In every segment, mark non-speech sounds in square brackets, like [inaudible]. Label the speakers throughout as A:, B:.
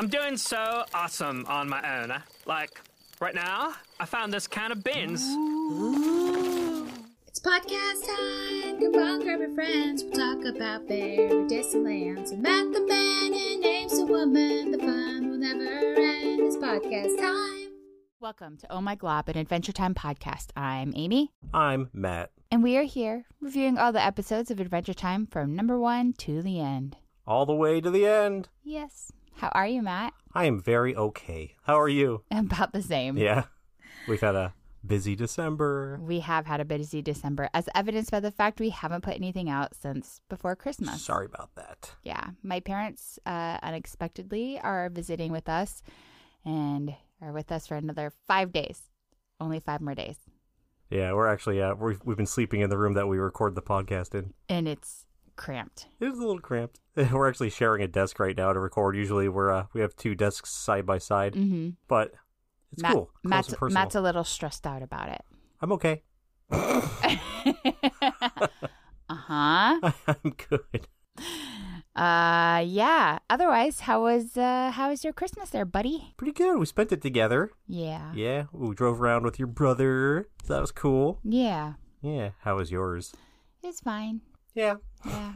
A: I'm doing so awesome on my own. Like, right now, I found this can of beans.
B: It's podcast time. Come on, grab your friends. We'll talk about very distant lands. And Matt the man and names the woman. The fun will never end. It's podcast time.
C: Welcome to Oh My Glob, an Adventure Time podcast. I'm Amy,
D: I'm Matt.
C: and we are here reviewing all the episodes of Adventure Time from number one to the end.
D: All the way to the end.
C: Yes. How are you, Matt? [laughs]
D: I am very okay. How are you?
C: About the same.
D: Yeah. We've had a busy December.
C: We have had a busy December, as evidenced by the fact we haven't put anything out since before Christmas.
D: Sorry about that.
C: Yeah. My parents uh, unexpectedly are visiting with us and are with us for another five days. Only five more days.
D: Yeah, we're actually uh, we've, we've been sleeping in the room that we record the podcast in.
C: And it's cramped.
D: It's a little cramped. [laughs] We're actually sharing a desk right now to record. Usually we're uh, we have two desks side by side,
C: Mm-hmm.
D: but it's cool. Close
C: Matt's,
D: and personal.
C: Matt's a little stressed out about it.
D: I'm okay. [laughs]
C: [laughs] uh huh.
D: I'm good.
C: Uh yeah. Otherwise, how was uh how was your Christmas there, buddy?
D: Pretty good. We spent it together.
C: Yeah.
D: Yeah, we drove around with your brother. So that was cool.
C: Yeah.
D: Yeah, how was yours?
C: It's fine.
D: Yeah, [laughs]
C: Yeah.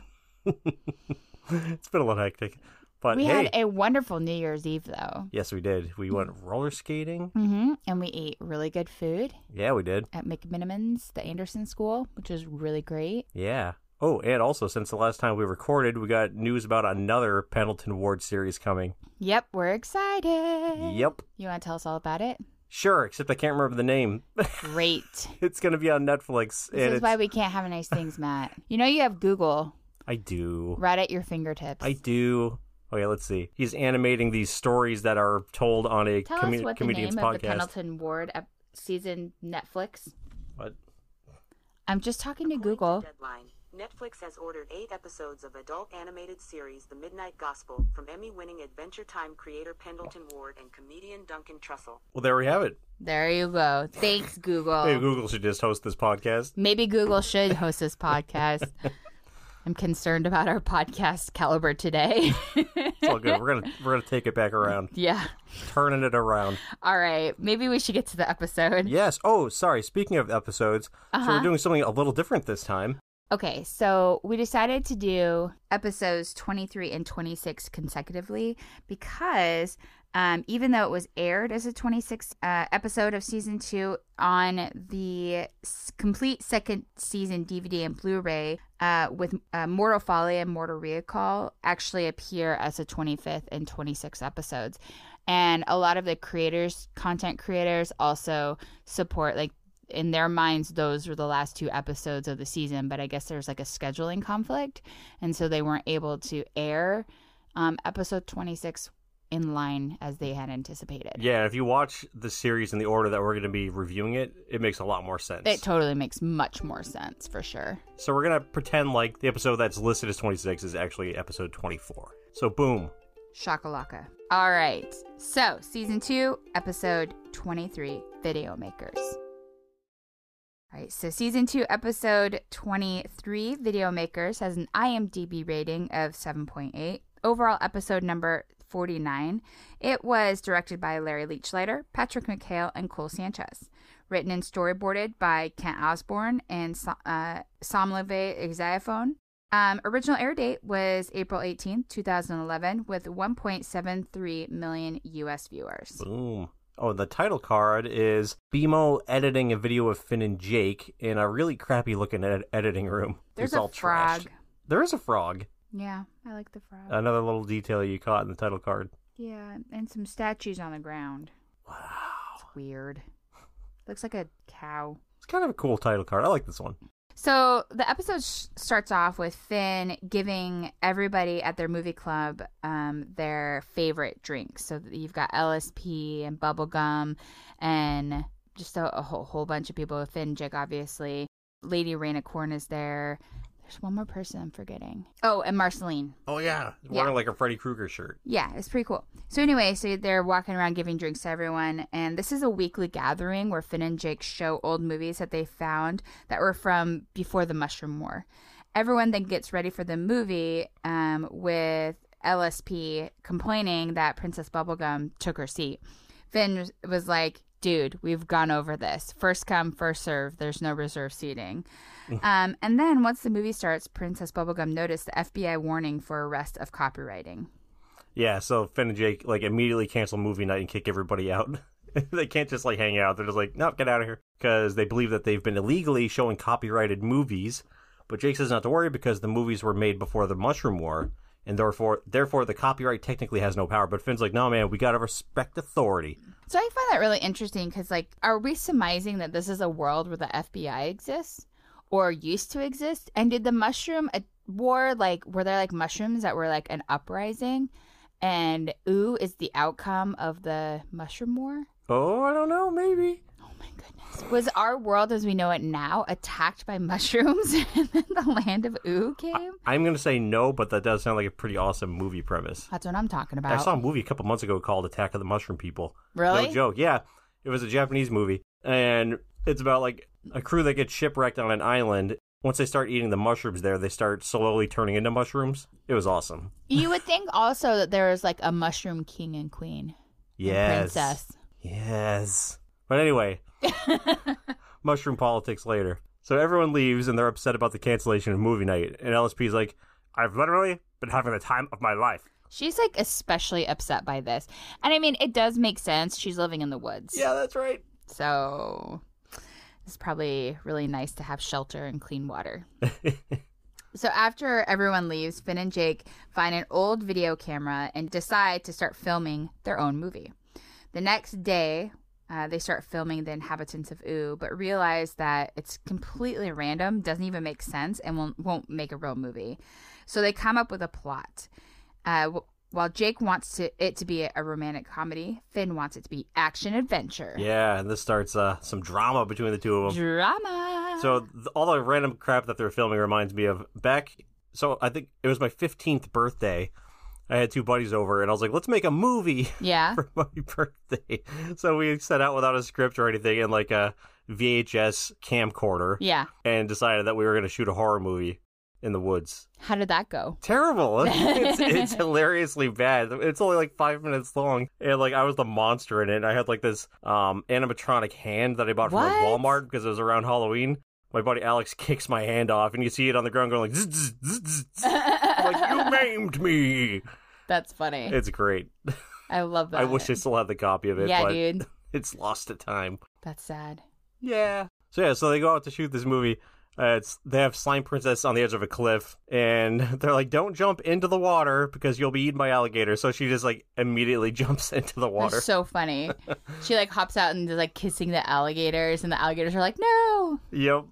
D: it's been a little hectic, but
C: we
D: hey,
C: had a wonderful New Year's Eve though.
D: yes, we did. We went roller skating.
C: Mm-hmm. And we ate really good food
D: Yeah, we did.
C: at McMinniman's, the Anderson School, which was really great.
D: Yeah. Oh, and also since the last time we recorded, we got news about another Pendleton Ward series coming.
C: Yep, we're excited.
D: Yep.
C: You want to tell us all about it?
D: Sure, except I can't remember the name. [laughs]
C: Great.
D: it's going to be on Netflix.
C: This
D: and
C: is why
D: it's-
C: we can't have nice things, Matt. You know you have Google
D: I do.
C: right at your fingertips.
D: I do. Okay, let's see. He's animating these stories that are told on a
C: Tell
D: commu-
C: us what the
D: comedian's
C: name
D: podcast.
C: of the Pendleton Ward ep- season Netflix.
D: What?
C: I'm just talking to
E: According
C: Google.
E: Deadline, Netflix has ordered eight episodes of adult animated series The Midnight Gospel from Emmy winning Adventure Time creator Pendleton Ward and comedian Duncan Trussell.
D: Well, there we have it.
C: There you go. Thanks, Google.
D: Maybe Google should just host this podcast.
C: Maybe Google should host this podcast. I'm concerned about our podcast caliber today. [laughs]
D: It's all good. We're gonna we're gonna take it back around,
C: yeah.
D: turning
C: [laughs]
D: it around.
C: All right. Maybe we should get to the episode.
D: Yes. Oh, sorry. Speaking of episodes, so
C: Uh-huh.
D: we're doing something a little different this time.
C: Okay, so we decided to do episodes 23 and 26 consecutively because um, even though it was aired as a 26th uh, episode of season two on the s- complete second season DVD and Blu ray, uh, with uh, Mortal Folly and Mortal Recall actually appear as a 25th and 26th episodes. And a lot of the creators, content creators, also support like in their minds those were the last two episodes of the season but i guess there was like a scheduling conflict and so they weren't able to air um, episode 26 in line as they had anticipated
D: Yeah. If you watch the series in the order that we're gonna be reviewing it, it makes a lot more sense.
C: it totally makes much more sense for sure
D: so we're gonna pretend like the episode that's listed as 26 is actually episode 24. So boom.
C: shakalaka all right so season 2 episode 23 video makers all right so season 2 episode 23 video makers has an imdb rating of 7.8 overall episode number 49 it was directed by larry leachlighter patrick mchale and cole sanchez written and storyboarded by kent osborne and Sa- uh, samleve exaphone um, original air date was April 18th, 2011, with 1.73 million US viewers.
D: Boom. Oh, the title card is BMO editing a video of Finn and Jake in a really crappy looking ed- editing room.
C: There's
D: it's
C: a
D: all
C: frog.
D: trashed. There is a frog.
C: Yeah, I like the frog.
D: Another little detail you caught in the title card.
C: yeah, and some statues on the ground.
D: Wow.
C: It's weird. Looks like a cow.
D: It's kind of a cool title card. I like this one.
C: So the episode sh- starts off with Finn giving everybody at their movie club um, their favorite drinks. So you've got LSP and bubblegum and just a, a whole, whole bunch of people. Finn, Jake, obviously. Lady Raina Corn is there. There's one more person I'm forgetting. Oh, and Marceline.
D: Oh yeah,
C: Yeah.
D: wearing like a Freddy Krueger shirt.
C: Yeah, it's pretty cool. So anyway, so they're walking around giving drinks to everyone, and this is a weekly gathering where Finn and Jake show old movies that they found that were from before the Mushroom War. Everyone then gets ready for the movie um, with LSP complaining that Princess Bubblegum took her seat. Finn was- was like, dude, we've gone over this. First come, first serve. There's no reserve seating. um, and then once the movie starts, Princess Bubblegum noticed the FBI warning for arrest of copywriting.
D: Yeah, so Finn and Jake like immediately cancel movie night and kick everybody out. [laughs] they can't just like hang out. They're just like, nope, get out of here because they believe that they've been illegally showing copyrighted movies. But Jake says not to worry because the movies were made before the Mushroom War, and therefore, therefore, the copyright technically has no power. But Finn's like, no, man, we gotta respect authority.
C: So I find that really interesting because, like, are we surmising that this is a world where the FBI exists or used to exist? And did the mushroom uh, war, like, were there like mushrooms that were like an uprising? And ooh is the outcome of the mushroom war?
D: Oh, I don't know, maybe.
C: Oh my goodness. Was our world as we know it now attacked by [laughs] mushrooms and then the land of ooh came?
D: I'm gonna say no, but that does sound like a pretty awesome movie premise.
C: That's what I'm talking about.
D: I saw a movie a couple months ago called Attack of the Mushroom People.
C: Really?
D: No joke. Yeah. It was a Japanese movie. And it's about like a crew that gets shipwrecked on an island. Once they start eating the mushrooms there, they start slowly turning into mushrooms. It was awesome.
C: you would think also that there was like a mushroom king and queen. and
D: Yes.
C: princess.
D: Yes.
C: [laughs]
D: But anyway, mushroom politics later. So everyone leaves and they're upset about the cancellation of movie night. And LSP's like, I've literally been having the time of my life.
C: She's like especially upset by this. And I mean, it does make sense. She's living in the woods.
D: Yeah, that's right.
C: So it's probably really nice to have shelter and clean water. so after everyone leaves, Finn and Jake find an old video camera and decide to start filming their own movie. The next day, uh, they start filming the inhabitants of Ooh, but realize that it's completely random, doesn't even make sense, and won't, won't make a real movie. So they come up with a plot. Uh, w- while Jake wants to, it to be a, a romantic comedy, Finn wants it to be action adventure.
D: Yeah, and this starts uh, some drama between the two of them.
C: Drama.
D: So th- all the random crap that they're filming reminds me of back. So I think it was my 15th birthday. I had two buddies over, and I was like, "Let's make a movie [laughs]
C: yeah.
D: for my birthday." So we set out without a script or anything, and like a VHS camcorder,
C: Yeah.
D: and decided that we were going to shoot a horror movie in the woods.
C: How did that go?
D: Terrible!
C: [laughs]
D: [laughs] it's, it's hilariously bad. It's only like five minutes long, and like I was the monster in it. And I had like this um animatronic hand that I bought from like,
C: What?
D: Walmart because it was around Halloween. My buddy Alex [laughs] kicks my hand off, and you see it on the ground going like, zzz, zzz, zzz, zzz,
C: [laughs]
D: zzz. I'm like you maimed me.
C: That's funny.
D: It's great.
C: I love that.
D: I wish I still had the copy of it,
C: Yeah,
D: but
C: dude.
D: it's lost to time.
C: That's sad.
D: Yeah. So yeah, so they go out to shoot this movie. Uh, it's they have slime princess on the edge of a cliff, and [laughs] they're like, "Don't jump into the water because you'll be eaten by alligators." So she just like immediately [laughs] jumps into the water.
C: That's so funny. she like hops out and is like kissing the alligators, and the alligators are like, no.
D: yep.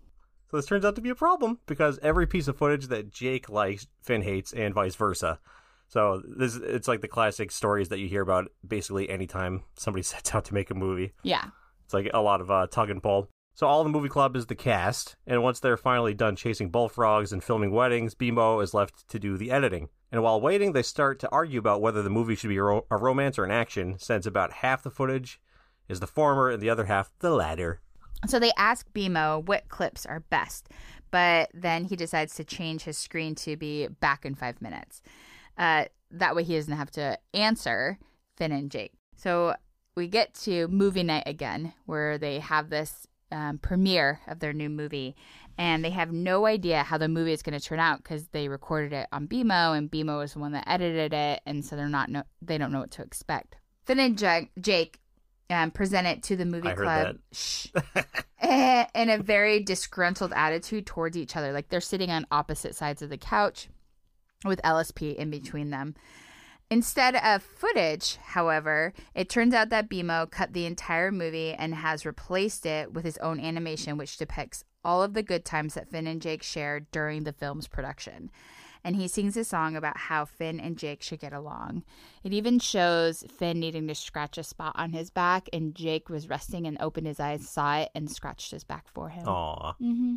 D: So this turns out to be a problem because every piece of footage that Jake likes, Finn hates, and vice versa. So this it's like the classic stories that you hear about basically anytime somebody [laughs] sets out to make a movie.
C: Yeah.
D: It's like a lot of uh, tug and pull. So all the movie club is the cast, and once they're finally done chasing bullfrogs and filming weddings, Bimo is left to do the editing. And while waiting, they start to argue about whether the movie should be a, ro- a romance or an action, since about half the footage is the former and the other half the latter.
C: So they ask Bimo what clips are best, but then he decides to change his screen to be back in five minutes. Uh, that way he doesn't have to answer Finn and Jake. So we get to movie night again, where they have this um, premiere of their new movie, and they have no idea how the movie is going to turn out because they recorded it on BMO, and BMO is the one that edited it, and so they're not no- they don't know what to expect. Finn and Jake, Jake um, present it to the movie
D: I heard
C: club.
D: [laughs]
C: Shh eh, in a very disgruntled attitude towards each other. Like they're sitting on opposite sides of the couch with LSP in between them. Instead of footage, however, it turns out that Bimo cut the entire movie and has replaced it with his own animation, which depicts all of the good times that Finn and Jake shared during the film's production. And he sings a song about how Finn and Jake should get along. It even shows Finn needing to scratch a spot on his back, and Jake was resting and opened his eyes, saw it, and scratched his back for him.
D: Aw,
C: Mm-hmm.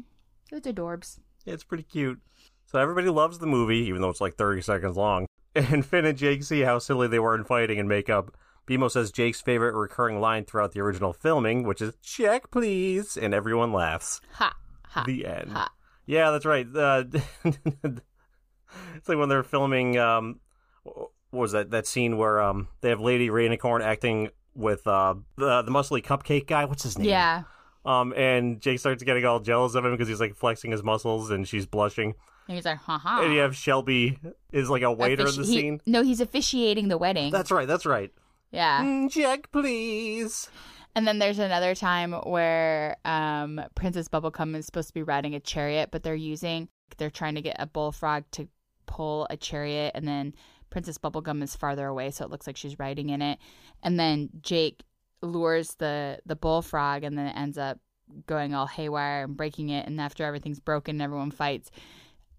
C: It was adorbs.
D: it's pretty cute. So everybody loves the movie, even though it's like 30 seconds long. [laughs] And Finn and Jake see how silly they were in fighting and makeup. Bimo says Jake's favorite recurring line throughout the original filming, which is "check, please," and everyone laughs.
C: Ha ha.
D: the end.
C: Ha.
D: [laughs] Yeah, that's right. Uh, it's like when they're filming. Um, what was that that scene where um they have Lady Rainicorn acting with uh the the muscly cupcake guy? What's his name?
C: Yeah.
D: Um, and Jake starts getting all jealous of him because he's like flexing his muscles and she's blushing.
C: And he's like, haha.
D: And you have Shelby is like a waiter in the
C: Offici- he-
D: scene.
C: No, he's officiating the wedding.
D: That's right. That's right.
C: yeah.
D: Mm, Jack, please.
C: And then there's another time where um, Princess Bubblegum is supposed to be riding a chariot, but they're using, they're trying to get a bullfrog to pull a chariot. And then Princess Bubblegum is farther away, so it looks like she's riding in it. And then Jake lures the, the bullfrog and then it ends up going all haywire and breaking it. And after everything's broken and everyone fights,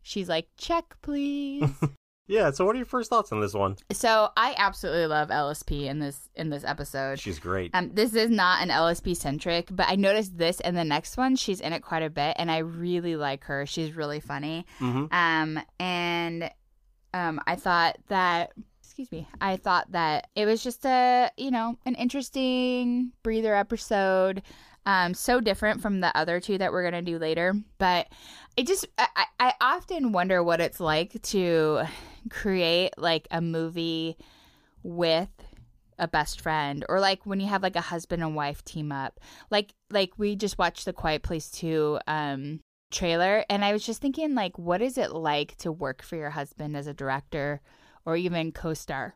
C: she's like, check, please.
D: Yeah. So, what are your first thoughts on this one?
C: so I absolutely love LSP in this in this episode.
D: She's great.
C: Um, this is not an LSP centric, but I noticed this and the next one. She's in it quite a bit, and I really like her. She's really funny.
D: hmm
C: Um, and um, I thought that. Excuse me. I thought that it was just a you know an interesting breather episode. Um, so different from the other two that we're gonna do later, but it just I, I I often wonder what it's like to create like a movie with a best friend or like when you have like a husband and wife team up like like we just watched the quiet place 2 um trailer and i was just thinking like what is it like to work for your husband as a director or even co-star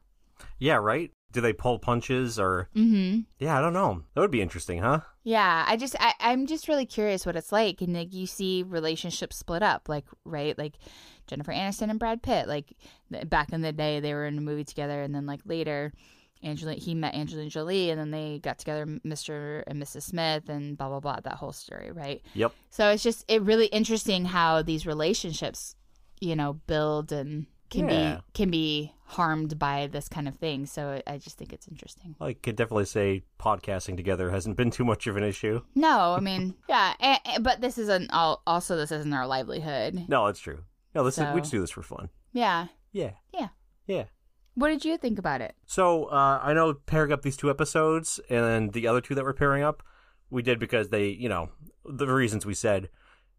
D: Yeah. Right. Do they pull punches or?
C: mm-hmm
D: Yeah, I don't know. That would be interesting, huh?
C: Yeah, I just I, I'm just really curious what it's like, and like you see relationships split up, like right, like Jennifer Aniston and Brad Pitt, like th- back in the day they were in a movie together, and then like later, Angela he met Angelina Jolie, and then they got together, Mr. and Mrs. Smith, and blah blah blah, that whole story, right?
D: Yep.
C: So it's just it really interesting how these relationships, you know, build and can
D: Yeah.
C: be can be harmed by this kind of thing. So I just think it's interesting.
D: I could definitely say podcasting together hasn't been too much of an issue.
C: No, I mean, yeah, and, but this isn't al- also this isn't our livelihood.
D: No, that's true. No, this is,
C: So-
D: we just do this for fun.
C: Yeah,
D: Yeah.
C: yeah.
D: Yeah.
C: What did you think about it?
D: So uh, I know pairing up these two episodes and the other two that we're pairing up, we did because they, you know, the reasons we said.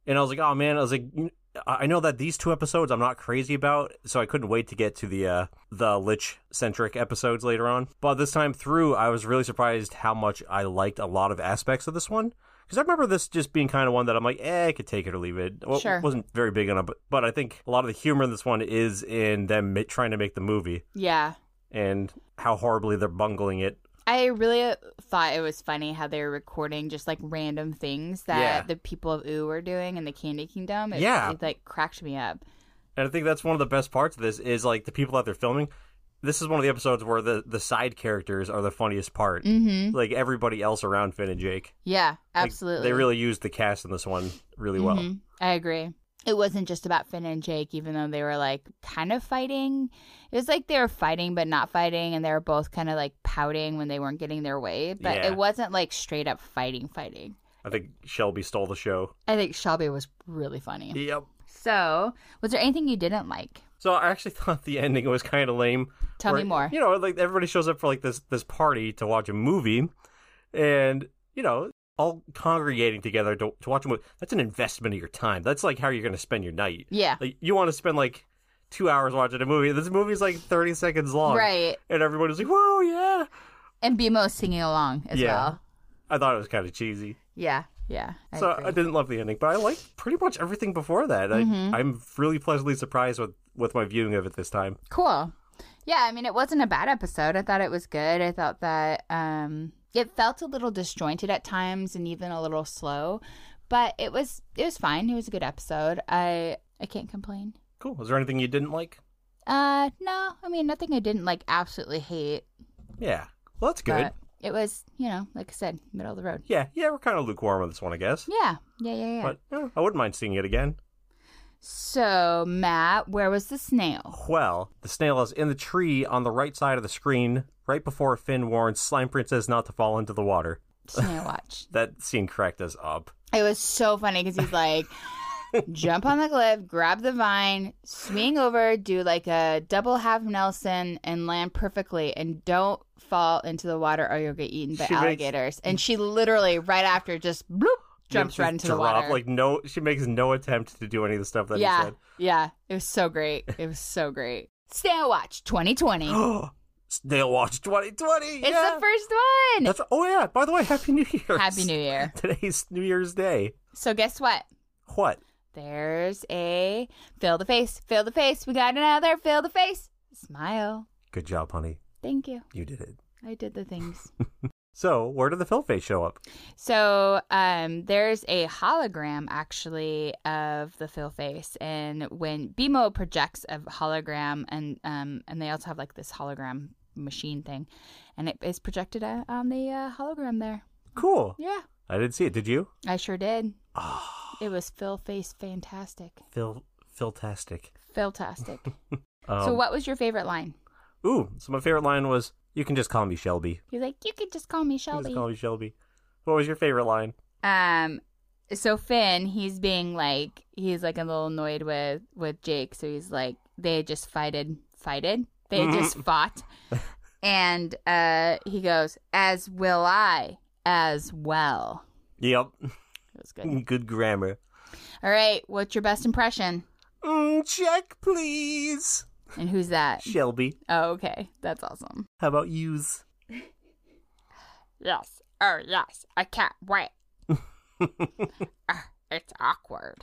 D: And I was like, oh man, I was like, "Mm, I I know that these two episodes I'm not crazy about, so I couldn't wait to get to the uh, the lich centric episodes later on. But this time through, I was really surprised how much I liked a lot of aspects of this one. Because I remember this just being kind of one that I'm like, eh, I could take it or leave it. Well,
C: Sure.
D: wasn't very big on it, but, but I think a lot of the humor in this one is in them ma- trying to make the movie
C: Yeah,
D: and how horribly they're bungling it.
C: I really uh, thought it was funny how they were recording just like random things that
D: Yeah.
C: the people of Ooh were doing in the Candy Kingdom. It,
D: Yeah.
C: it like cracked me up.
D: And I think that's one of the best parts of this is like the people that they're filming. This is one of the episodes where the, the side characters are the funniest part.
C: Mm-hmm.
D: Like everybody else around Finn and Jake.
C: Yeah,
D: Like,
C: absolutely.
D: they really used the cast in this one really well.
C: Mhm. I agree. It wasn't just about Finn and Jake, even though they were like kind of fighting. It was like they were fighting but not fighting, and they were both kind of like pouting when they weren't getting their way. But
D: Yeah.
C: it wasn't like straight up fighting, fighting.
D: I think Shelby stole the show.
C: I think Shelby was really funny.
D: Yep.
C: So, was there anything you didn't like?
D: So I actually [laughs] thought the ending was kind of lame.
C: Tell me
D: Where,
C: more.
D: You know, like everybody shows up for like this this party to watch a movie, and you know, all congregating together to, to watch a movie. That's an investment of your time. That's like how you're going to spend your night.
C: Yeah.
D: Like you want to spend like two hours watching a movie. This movie's like thirty seconds long,
C: Right.
D: And everybody's like, "Whoa, yeah!"
C: And BMO singing along as
D: Yeah.
C: well.
D: I thought it was kind of cheesy,
C: Yeah. Yeah. I
D: so uh,
C: agree.
D: I didn't love the ending. But I liked pretty much everything before that.
C: Mm-hmm.
D: I, I'm really pleasantly surprised with with my viewing of it this time.
C: Cool. Yeah, I mean, it wasn't a bad episode. I thought it was good. I thought that um, it felt a little disjointed at times and even a little slow, but it was it was fine. It was a good episode. I I can't complain.
D: Cool. Was there anything you didn't like?
C: Uh, no, I mean, nothing I didn't like absolutely hate.
D: Yeah. Well, that's good.
C: But it was, you know, like I said, middle of the road.
D: Yeah, yeah, we're kind of lukewarm on this one, I guess.
C: Yeah, yeah, yeah, yeah.
D: But eh, I wouldn't mind seeing it again.
C: So Matt, where was the snail?
D: Well, the snail is in the tree on the right side of the screen, right before Finn warns Slime Princess not to fall into the water.
C: Snail
D: [laughs]
C: watch.
D: That scene cracked us up.
C: It was so funny because he's
D: [laughs]
C: like, jump on the cliff, grab the vine, swing over, do like a double half Nelson, and land perfectly, and don't fall into the water or you'll get eaten by
D: She makes-
C: alligators. And she literally, right after, just bloop, jumps
D: Just
C: right into the
D: drop,
C: water.
D: Like no, she makes no attempt to do any of the stuff that he
C: yeah,
D: said.
C: yeah, it was so great. It was so great. Snail Watch
D: [gasps]
C: 2020.
D: Snail Watch 2020.
C: it's
D: yeah.
C: the first one.
D: That's oh yeah. By the way, Happy New Year.
C: Happy New Year.
D: [laughs] Today's New Year's Day.
C: So guess what?
D: What?
C: There's a fill the face, fill the face. We got another fill the face. Smile.
D: Good job, honey.
C: Thank you.
D: You did it.
C: I did the
D: [laughs]
C: things.
D: So where did the Phil face show up?
C: So um, there's a hologram actually of the Phil face, and when BMO projects a hologram, and um, and they also have like this hologram machine thing, and it is projected uh, on the uh, hologram there.
D: Cool.
C: Yeah,
D: I didn't see it. Did you?
C: I sure did.
D: Ah,
C: It was Phil face fantastic,
D: [laughs] Phil, Philtastic.
C: Philtastic.
D: Um,
C: so what was your favorite line?
D: Ooh, so my favorite line was, "You can just call me Shelby."
C: He's like, you could just call me
D: You can
C: Shelby.
D: Just call me Shelby. What was your favorite line?
C: Um, so Finn, he's being like, he's like a little annoyed with with Jake. So he's like, they just fighted, fighted, they just fought, and uh, he goes, as will I, as well.
D: Yep.
C: It was good.
D: [laughs] Good grammar.
C: All right, what's your best impression?
D: Mm, check, please.
C: And who's that?
D: Shelby,
C: Oh, okay, that's awesome.
D: how about yous?
C: Yes. Oh, yes. I can't [laughs] wait. Ah, it's awkward.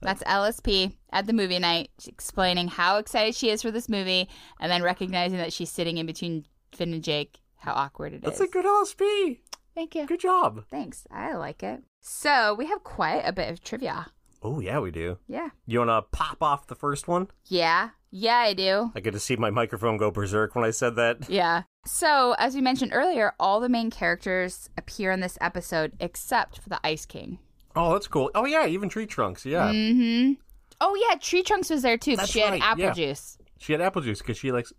C: That's LSP at the movie night she's explaining how excited she is for this movie and then recognizing that she's sitting in between Finn and Jake, how awkward it is.
D: That's a good LSP.
C: Thank you.
D: Good job.
C: Thanks. I like it. So we have quite a bit of trivia.
D: Oh yeah, we do.
C: Yeah.
D: You wanna pop off the first one?
C: Yeah. Yeah, I do.
D: I get to see my microphone go berserk when I said that.
C: Yeah. So, as we mentioned earlier, all the main characters appear in this episode except for the Ice King.
D: Oh, that's cool. Oh yeah, even tree trunks. Yeah,
C: Mm-hmm. Oh yeah, Tree Trunks was there too. 'cause
D: That's
C: she had
D: right,
C: apple
D: yeah.
C: juice.
D: she had apple juice because she likes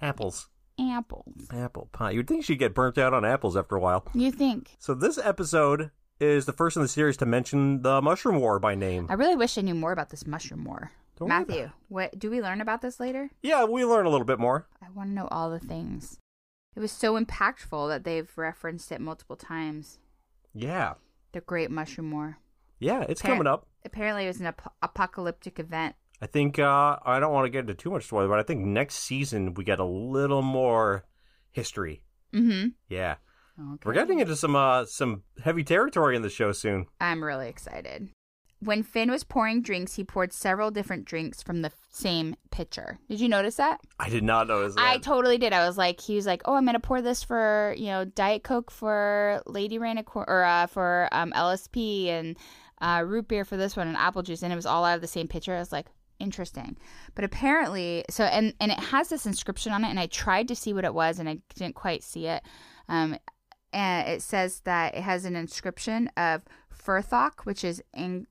D: apples.
C: Apples.
D: Apple pie. You'd think she'd get burnt out on apples after a while.
C: You think?
D: So this episode is the first in the series to mention the mushroom war by name.
C: I really wish I knew more about this mushroom war.
D: Don't worry
C: Matthew,
D: about
C: what do we learn about this later?
D: Yeah, we learn a little bit more.
C: I want to know all the things. It was so impactful that they've referenced it multiple times.
D: Yeah,
C: The Great Mushroom War.
D: yeah, it's
C: Par-
D: coming up.
C: Apparently, it was an ap- apocalyptic event.
D: I think uh, I don't want to get into too much spoiler, but I think next season we get a little more history.
C: Mm-hmm.
D: Yeah,
C: Okay.
D: we're getting into some uh, some heavy territory in the show soon.
C: I'm really excited. When Finn was pouring drinks, he poured several different drinks from the f- same pitcher. Did you notice that?
D: I did not notice that.
C: I totally did. I was like, he was like, oh, I'm gonna pour this for you know Diet Coke for Lady Ranicor or uh, for um, LSP and uh, root beer for this one and apple juice, and it was all out of the same pitcher. I was like, interesting, but apparently, so and and it has this inscription on it, and I tried to see what it was, and I didn't quite see it. Um, and it says that it has an inscription of Furthok, which is Ang-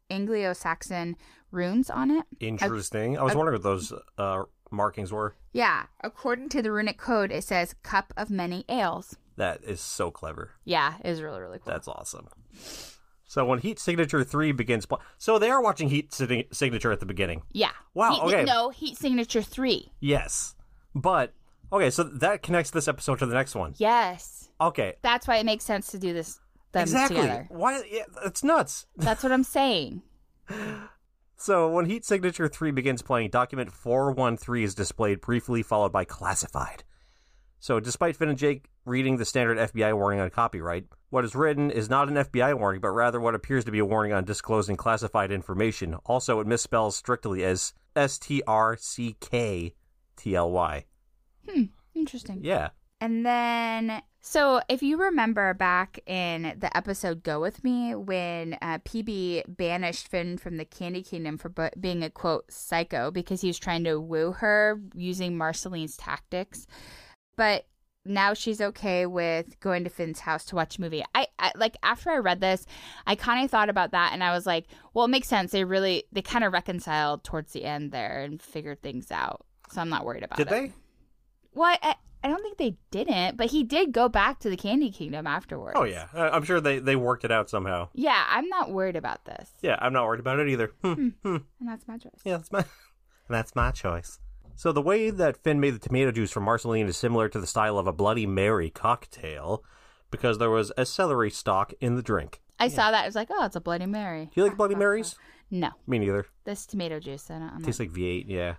C: Anglo-Saxon runes on it.
D: Interesting. I, was
C: I-
D: wondering what those uh, markings were.
C: Yeah, according to the runic code, it says "cup of many ales."
D: That is so clever.
C: Yeah, it was really really cool.
D: That's awesome. So when Heat Signature three begins, pl- so they are watching Heat Sig- Signature at the beginning.
C: yeah.
D: Wow,
C: Heat,
D: okay.
C: No, Heat Signature three.
D: Yes, but okay. So that connects this episode to the next one.
C: Yes,
D: Okay,
C: that's why it makes sense to do this them
D: exactly.
C: together.
D: Why? Yeah, it's nuts.
C: That's what I'm saying.
D: So when Heat Signature 3 begins playing, document 413 is displayed briefly, followed by classified. So despite Finn and Jake reading the standard FBI warning on copyright, what is written is not an FBI warning, but rather what appears to be a warning on disclosing classified information. Also, it misspells strictly as S T R C K T L Y.
C: Hmm, interesting.
D: Yeah.
C: And then, so if you remember back in the episode Go With Me, when uh, PB banished Finn from the Candy Kingdom for bu- being a quote psycho because he was trying to woo her using Marceline's tactics. But now she's okay with going to Finn's house to watch a movie. I, I like after I read this, I kind of thought about that and I was like, well, it makes sense. They really, they kind of reconciled towards the end there and figured things out. So I'm not worried about
D: Did
C: it.
D: they?
C: Well, I, I don't think they didn't, but he did go back to the Candy Kingdom afterwards.
D: Oh, yeah. I- I'm sure they, they worked it out somehow.
C: Yeah, I'm not worried about this.
D: Yeah, I'm not worried about it either. Hmm.
C: And that's my choice.
D: Yeah, that's my [laughs] that's my choice. So the way that Finn made the tomato juice from Marceline is similar to the style of a Bloody Mary cocktail, because there was a celery stalk in the drink.
C: I saw that. I was like, oh, it's a Bloody Mary. [laughs]
D: Do you like Bloody Marys?
C: No,
D: Me neither.
C: this tomato juice. I don't, I'm not-
D: Tastes like V8. Yeah.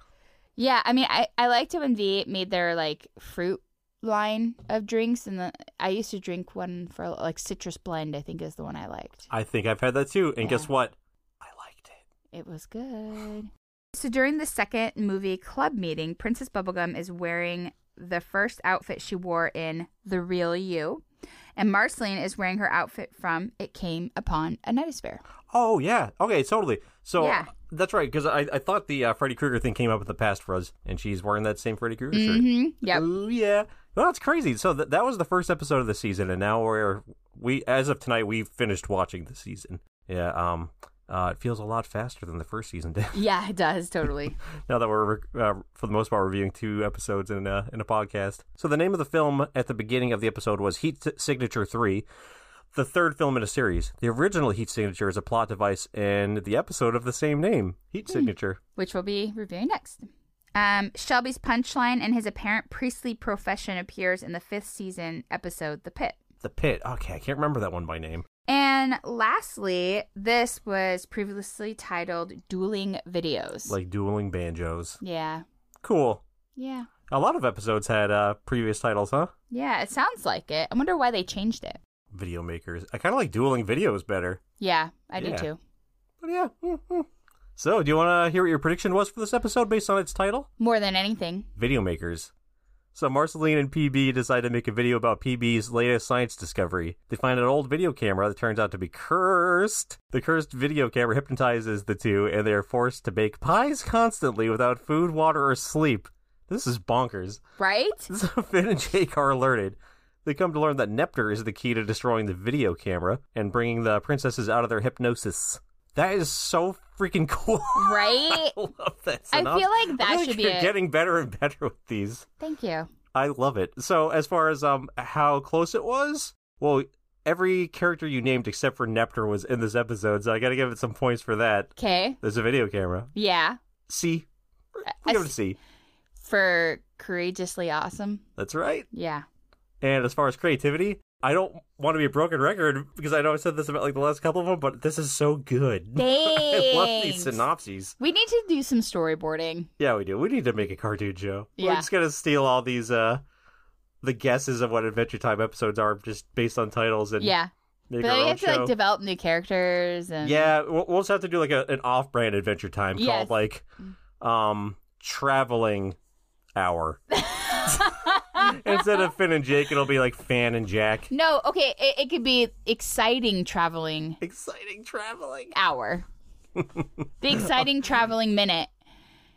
C: Yeah, I mean, I, I liked it when V made their like fruit line of drinks, and the, I used to drink one for like citrus blend. I think is the one I liked.
D: I think I've had that too. And guess
C: Yeah.
D: what? I liked it.
C: It was good. [sighs] So during the second movie club meeting, Princess Bubblegum is wearing the first outfit she wore in The Real You, and Marceline is wearing her outfit from It Came Upon a Night Fair.
D: Oh yeah. Okay. Totally. So
C: Yeah.
D: that's right. Because I, I thought the uh, Freddy Krueger thing came up in the past for us, and she's wearing that same Freddy Krueger shirt.
C: Mm-hmm. Yep.
D: Ooh, yeah. Well, that's crazy. So th- that was the first episode of the season, and now we're we as of tonight we finished watching the season. Yeah. Um. Uh, it feels a lot faster than the first season [laughs] did.
C: Yeah, it does totally.
D: now that we're uh, for the most part reviewing two episodes in a, in a podcast. So the name of the film at the beginning of the episode was Heat Si- Signature 3, the third film in a series. The original Heat Signature is a plot device in the episode of the same name, Heat Signature.
C: which we'll be reviewing next. Um, Shelby's punchline and his apparent priestly profession appears in the fifth season episode, The Pit.
D: The Pit. Okay, I can't remember that one by name.
C: And lastly, this was previously titled Dueling Videos.
D: Like dueling banjos.
C: yeah.
D: Cool.
C: Yeah.
D: A lot of episodes had uh, previous titles, huh?
C: Yeah, it sounds like it. I wonder why they changed it.
D: Video makers. I kind of like dueling videos better.
C: Yeah, I do
D: Yeah.
C: too.
D: But yeah. hmm So, do you want to hear what your prediction was for this episode based on its title?
C: More than anything.
D: video makers. So Marceline and PB decide to make a video about PB's latest science discovery. They find an old video camera that turns out to be cursed. The cursed video camera hypnotizes the two, and they are forced to bake pies constantly without food, water, or sleep. This is bonkers.
C: Right?
D: [laughs] So Finn and Jake are alerted. They come to learn that Nepter is the key to destroying the video camera and bringing the princesses out of their hypnosis. That is so freaking [laughs] cool.
C: Right?
D: I love that.
C: I
D: synopsis.
C: feel like that
D: I feel
C: should be
D: you're
C: it.
D: getting better and better with these.
C: [laughs] Thank you.
D: I love it. So as far as um how close it was, well, every character you named except for Nepter was in this episode, so I got to give it some points for that.
C: Okay.
D: There's a video camera.
C: Yeah.
D: C.
C: Uh, I
D: We go to
C: s-
D: C.
C: For courageously awesome.
D: That's right.
C: Yeah.
D: And as far as creativity, I don't want to be a broken record because I know I said this about like the last couple of them, but this is so good. [laughs] I love these
C: Thanks.
D: synopses.
C: We need to do some storyboarding.
D: Yeah, we do. We need to make a cartoon show. We're
C: Yeah.
D: just gonna steal all these uh the guesses of what Adventure Time episodes are just based on titles and
C: Yeah.
D: make
C: but
D: our
C: then
D: own
C: you have to
D: show.
C: like develop new characters and
D: Yeah, we'll, we'll just have to do like a, an off-brand adventure time
C: Yes.
D: called like um traveling
C: [laughs]
D: hour. Instead of Finn and Jake, it'll be like Fan
C: [laughs]
D: and Jack.
C: No, okay, it, it could be exciting traveling
D: Exciting traveling.
C: hour. the exciting traveling minute.
D: [laughs]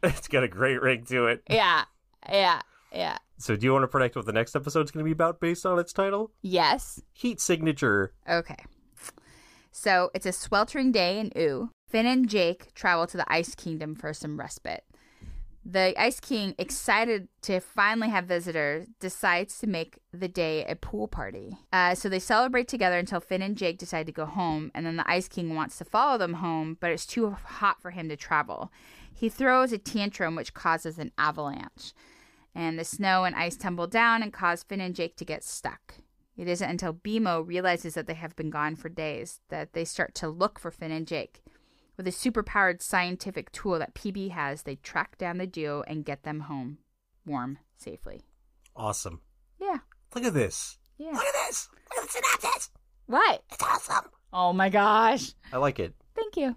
D: It's got a great ring to it.
C: Yeah. Yeah. Yeah.
D: So, do you want to predict what the next episode's going to be about based on its title?
C: Yes.
D: Heat signature.
C: Okay. So it's a sweltering day in Ooh. Finn and Jake travel to the Ice Kingdom for some respite. The Ice King, excited to finally have visitors, decides to make the day a pool party. Uh, so they celebrate together until Finn and Jake decide to go home, and then the Ice King wants to follow them home, but it's too hot for him to travel. He throws a tantrum, which causes an avalanche and the snow and ice tumble down and cause Finn and Jake to get stuck. It isn't until Bimo realizes that they have been gone for days that they start to look for Finn and Jake. With a superpowered scientific tool that PB has, they track down the duo and get them home warm safely.
D: Awesome.
C: Yeah.
D: Look at this.
C: Yeah.
D: Look at this. Look at the synopsis.
C: What?
D: It's awesome.
C: Oh my gosh.
D: I like it.
C: Thank you.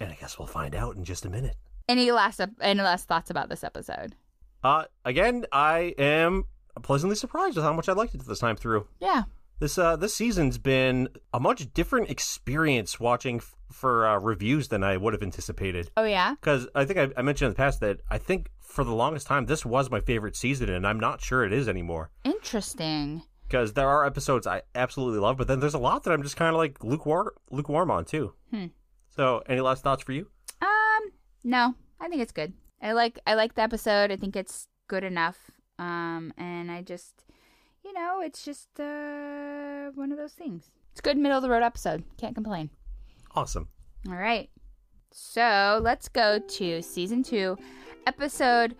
D: And I guess we'll find out in just a minute.
C: Any last ep- any last thoughts about this episode?
D: Uh, again, I am pleasantly surprised with how much I liked it this time through.
C: Yeah.
D: This uh, this season's been a much different experience watching f- for uh, reviews than I would have anticipated.
C: Oh yeah.
D: Because I think I, I mentioned in the past that I think for the longest time this was my favorite season, and I'm not sure it is anymore.
C: Interesting.
D: Because there are episodes I absolutely love, but then there's a lot that I'm just kind of like lukewarm lukewarm on too.
C: Hmm.
D: So, any last thoughts for you?
C: Um, no, I think it's good. I like I like the episode. I think it's good enough. Um, and I just, you know, it's just uh one of those things. It's a good middle of the road episode. Can't complain.
D: Awesome.
C: All right, so let's go to season two, episode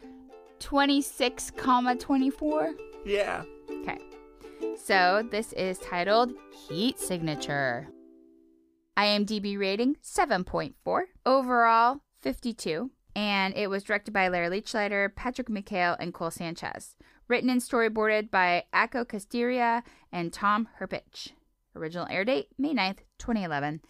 C: twenty six comma twenty four.
D: Yeah.
C: Okay. So this is titled Heat Signature. IMDb rating 7.4. Overall, 52. and it was directed by Larry Leachlider, Patrick McHale, and Cole Sanchez. Written and storyboarded by Akko Casteria and Tom Herpich. Original air date May 9th, 2011.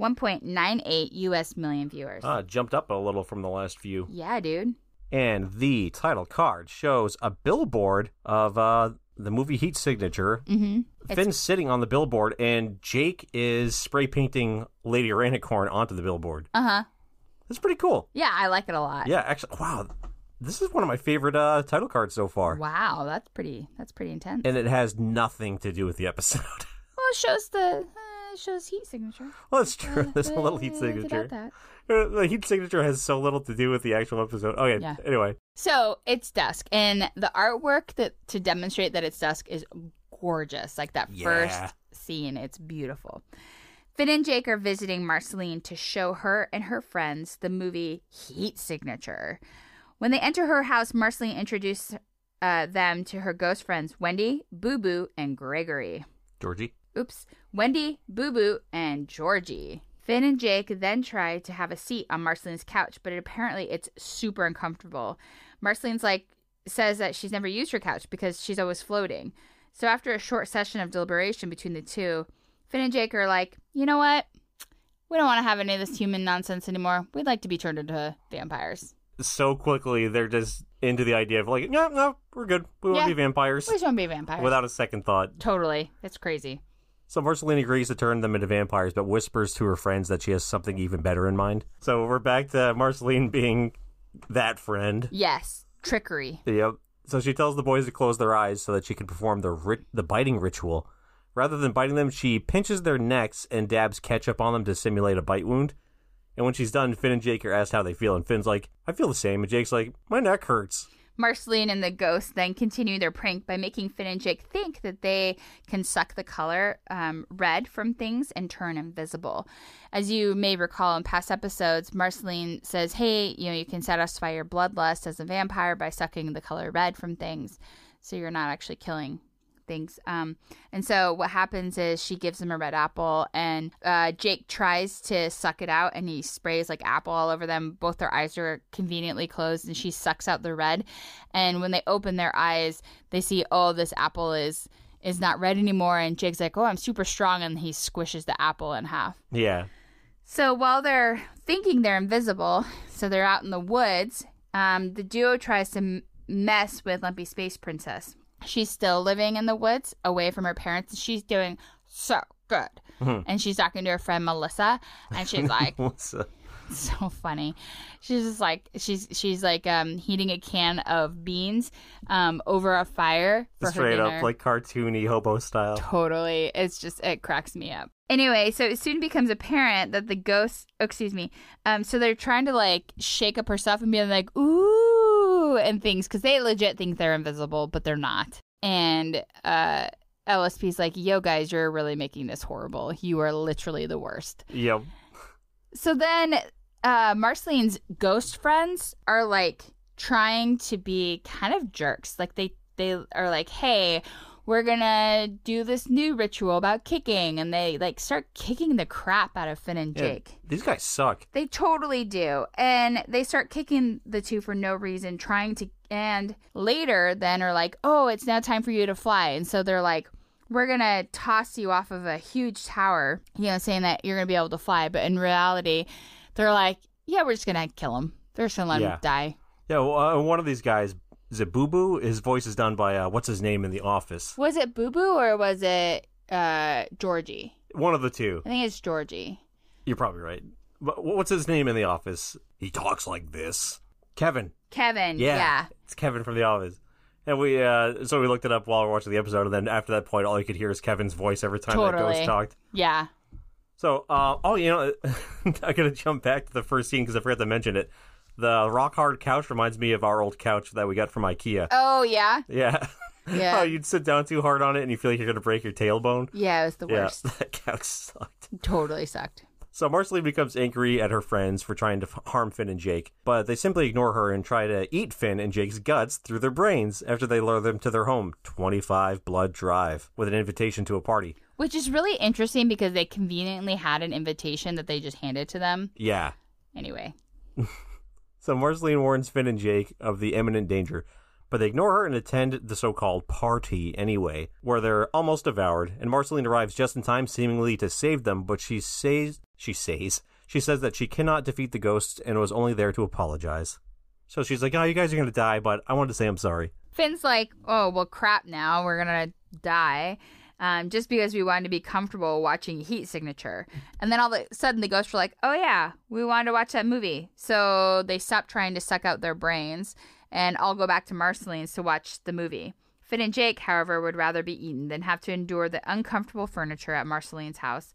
C: 1.98 US million viewers.
D: Ah, jumped up a little from the last few.
C: Yeah, dude.
D: And the title card shows a billboard of uh, the movie Heat Signature.
C: Mm-hmm.
D: Finn's sitting on the billboard, and Jake is spray painting Lady Ranicorn onto the billboard.
C: Uh huh.
D: That's pretty cool.
C: Yeah, I like it a lot.
D: Yeah, actually, wow, this is one of my favorite uh, title cards so far.
C: Wow, that's pretty. That's pretty intense.
D: And it has nothing to do with the episode. [laughs]
C: well, it shows the uh, it shows heat signature.
D: well, that's true. [laughs] There's
C: [laughs]
D: a little heat
C: Uh, it's
D: signature.
C: About that.
D: Uh, The heat signature has so little to do with the actual episode. Okay,
C: Yeah.
D: anyway.
C: So it's dusk, and the artwork that to demonstrate that it's dusk is gorgeous. Like that
D: Yeah.
C: first scene, it's beautiful. Finn and Jake are visiting Marceline to show her and her friends the movie Heat Signature. When they enter her house, Marceline introduces uh, them to her ghost friends Wendy, Boo Boo, and Gregory.
D: Georgie?
C: Oops. Wendy, Boo Boo, and Georgie. Finn and Jake then try to have a seat on Marceline's couch, but apparently it's super uncomfortable. Marceline's like says that she's never used her couch because she's always floating. So after a short session of deliberation between the two, Finn and Jake are like, "You know what? We don't want to have any of this human nonsense anymore. We'd like to be turned into vampires.
D: So quickly, they're just into the idea of like, no, no, we're good. We won't
C: Yeah.
D: be vampires.
C: We just want to be vampires."
D: Without a second thought.
C: totally. That's crazy.
D: So Marceline agrees to turn them into vampires, but whispers to her friends that she has something even better in mind. So we're back to Marceline being that friend.
C: Yes, trickery.
D: Yep. So she tells the boys to close their eyes so that she can perform the ri- the biting ritual. Rather than biting them, she pinches their necks and dabs ketchup on them to simulate a bite wound. And when she's done, Finn and Jake are asked how they feel, and Finn's like, "I feel the same," and Jake's like, "My neck hurts."
C: Marceline and the ghost then continue their prank by making Finn and Jake think that they can suck the color um, red from things and turn invisible. As you may recall in past episodes, Marceline says, Hey, you know, you can satisfy your bloodlust as a vampire by sucking the color red from things. So you're not actually killing things. Um, and so what happens is she gives him a red apple, and uh, Jake tries to suck it out, and he sprays like apple all over them. Both their eyes are conveniently closed, and she sucks out the red. And when they open their eyes, they see oh, this apple is is not red anymore. And Jake's like, oh, I'm super strong, and he squishes the apple in half.
D: Yeah. [laughs]
C: So while they're thinking they're invisible, so they're out in the woods, um, the duo tries to m- mess with Lumpy Space Princess. She's still living in the woods, away from her parents, and she's doing so good.
D: Mm-hmm.
C: And she's talking to her friend Melissa, and
D: [laughs]
C: she's like, [laughs]
D: So-
C: so funny. She's just like she's she's like um, heating a can of beans um, over a fire for her
D: straight
C: dinner.
D: up, like cartoony hobo style.
C: Totally. It's just it cracks me up. Anyway, so it soon becomes apparent that the ghost oh, excuse me. Um so they're trying to like shake up her stuff and be like, ooh and things because they legit think they're invisible, but they're not. And uh LSP's like, yo guys, you're really making this horrible. You are literally the worst.
D: Yep.
C: So then uh, Marceline's ghost friends are like trying to be kind of jerks. Like they they are like, "Hey, we're going to do this new ritual about kicking." And they like start kicking the crap out of Finn and
D: Yeah,
C: Jake.
D: these guys suck.
C: They totally do. And they start kicking the two for no reason, trying to. And later, then are like, oh, it's now time for you to fly. And so they're like, we're going to toss you off of a huge tower, you know, saying that you're going to be able to fly. But in reality, they're like, yeah, we're just going to kill him. They're just going to let
D: Yeah.
C: him die.
D: Yeah, well, uh, one of these guys, is it Boo Boo? His voice is done by, uh, what's his name in The Office?
C: Was it Boo Boo or was it uh, Georgie?
D: One of the two.
C: I think it's Georgie.
D: You're probably right. But wh- what's his name in The Office? He talks like this. Kevin.
C: Kevin.
D: Yeah.
C: yeah.
D: It's Kevin from The Office. And we, uh, so we looked it up while we are watching the episode, and then after that point, all you could hear is Kevin's voice every time that
C: Totally.
D: ghost talked.
C: Yeah.
D: So, uh, oh, you know, [laughs] I gotta jump back to the first scene because I forgot to mention it. The rock hard couch reminds me of our old couch that we got from IKEA. [laughs]
C: Oh, yeah.
D: Yeah.
C: Yeah.
D: [laughs] oh, you'd sit down too hard on it and you feel like you're going to break your tailbone.
C: Yeah, it was the
D: Yeah,
C: worst.
D: [laughs]
C: [laughs]
D: that couch sucked.
C: Totally sucked.
D: So Marceline becomes angry at her friends for trying to f- harm Finn and Jake, but they simply ignore her and try to eat Finn and Jake's guts through their brains after they lure them to their home, 25 Blood Drive, with an invitation to a party.
C: Which is really interesting because they conveniently had an invitation that they just handed to them.
D: Yeah.
C: Anyway,
D: So Marceline warns Finn and Jake of the imminent danger, but they ignore her and attend the so called party anyway, where they're almost devoured, and Marceline arrives just in time, seemingly to save them, but she says she says she says that she cannot defeat the ghosts and was only there to apologize. So she's like, Oh, you guys are gonna die, but I wanted to say I'm sorry. [laughs]
C: Finn's like, oh, well, crap now. We're going to die um, just because we wanted to be comfortable watching Heat Signature. And then all of a sudden, the ghosts were like, oh, yeah, we wanted to watch that movie. So they stopped trying to suck out their brains and all go back to Marceline's to watch the movie. Finn and Jake, however, would rather be eaten than have to endure the uncomfortable furniture at Marceline's house.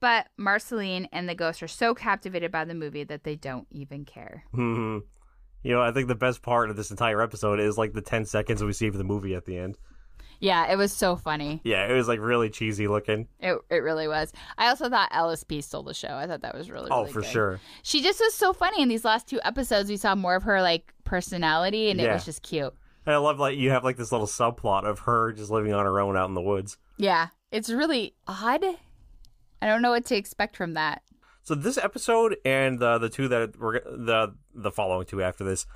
C: But Marceline and the ghosts are so captivated by the movie that they don't even care.
D: hmm You know, I think the best part of this entire episode is like the ten seconds we see of the movie at the end.
C: Yeah, it was so funny.
D: Yeah, it was like really cheesy looking.
C: It, it really was. I also thought LSP stole the show. I thought that was really,
D: oh,
C: really
D: for
C: good.
D: sure.
C: She just was so funny in these last two episodes. We saw more of her like personality, and it
D: Yeah.
C: was just cute.
D: And I love like you have like this little subplot of her just living on her own out in the woods.
C: Yeah, it's really odd. I don't know what to expect from that.
D: So this episode and the the two that were the the following two after this,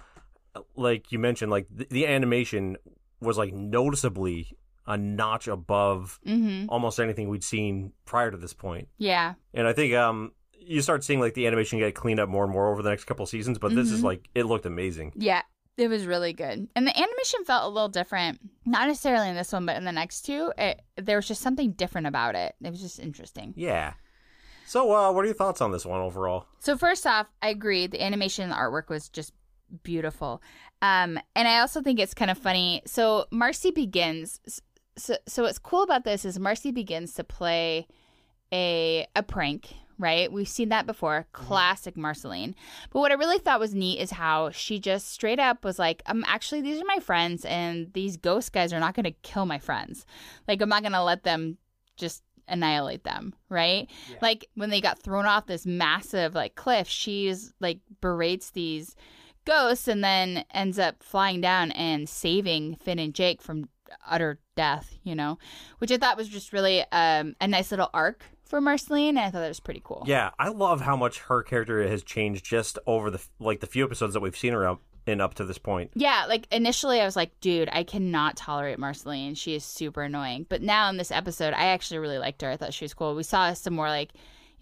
D: like you mentioned, like the, the animation was like noticeably a notch above
C: Mm-hmm.
D: almost anything we'd seen prior to this point.
C: Yeah,
D: And I think um you start seeing like the animation get cleaned up more and more over the next couple seasons, but this is
C: Mhm.
D: like it looked amazing.
C: yeah, it was really good, and the animation felt a little different. Not necessarily in this one, but in the next two, it, there was just something different about it. It was just interesting.
D: Yeah. So uh what are your thoughts on this one overall?
C: So first off, I agree. The animation and the artwork was just beautiful, um, and I also think it's kind of funny. So Marcy begins. So, so what's cool about this is Marcy begins to play a a prank, right? We've seen that before, classic Marceline. But what I really thought was neat is how she just straight up was like, "Um, actually, these are my friends, and these ghost guys are not going to kill my friends. Like, I'm not going to let them just." annihilate them right like when they got thrown off this massive like cliff she's like berates these ghosts and then ends up flying down and saving finn and jake from utter death you know which i thought was just really um, a nice little arc for marceline and i thought that was pretty cool
D: Yeah, I love how much her character has changed just over the like the few episodes that we've seen her up in up to this point.
C: Yeah, like initially I was like, dude, I cannot tolerate Marceline. She is super annoying. But now in this episode, I actually really liked her. I thought she was cool. We saw some more like,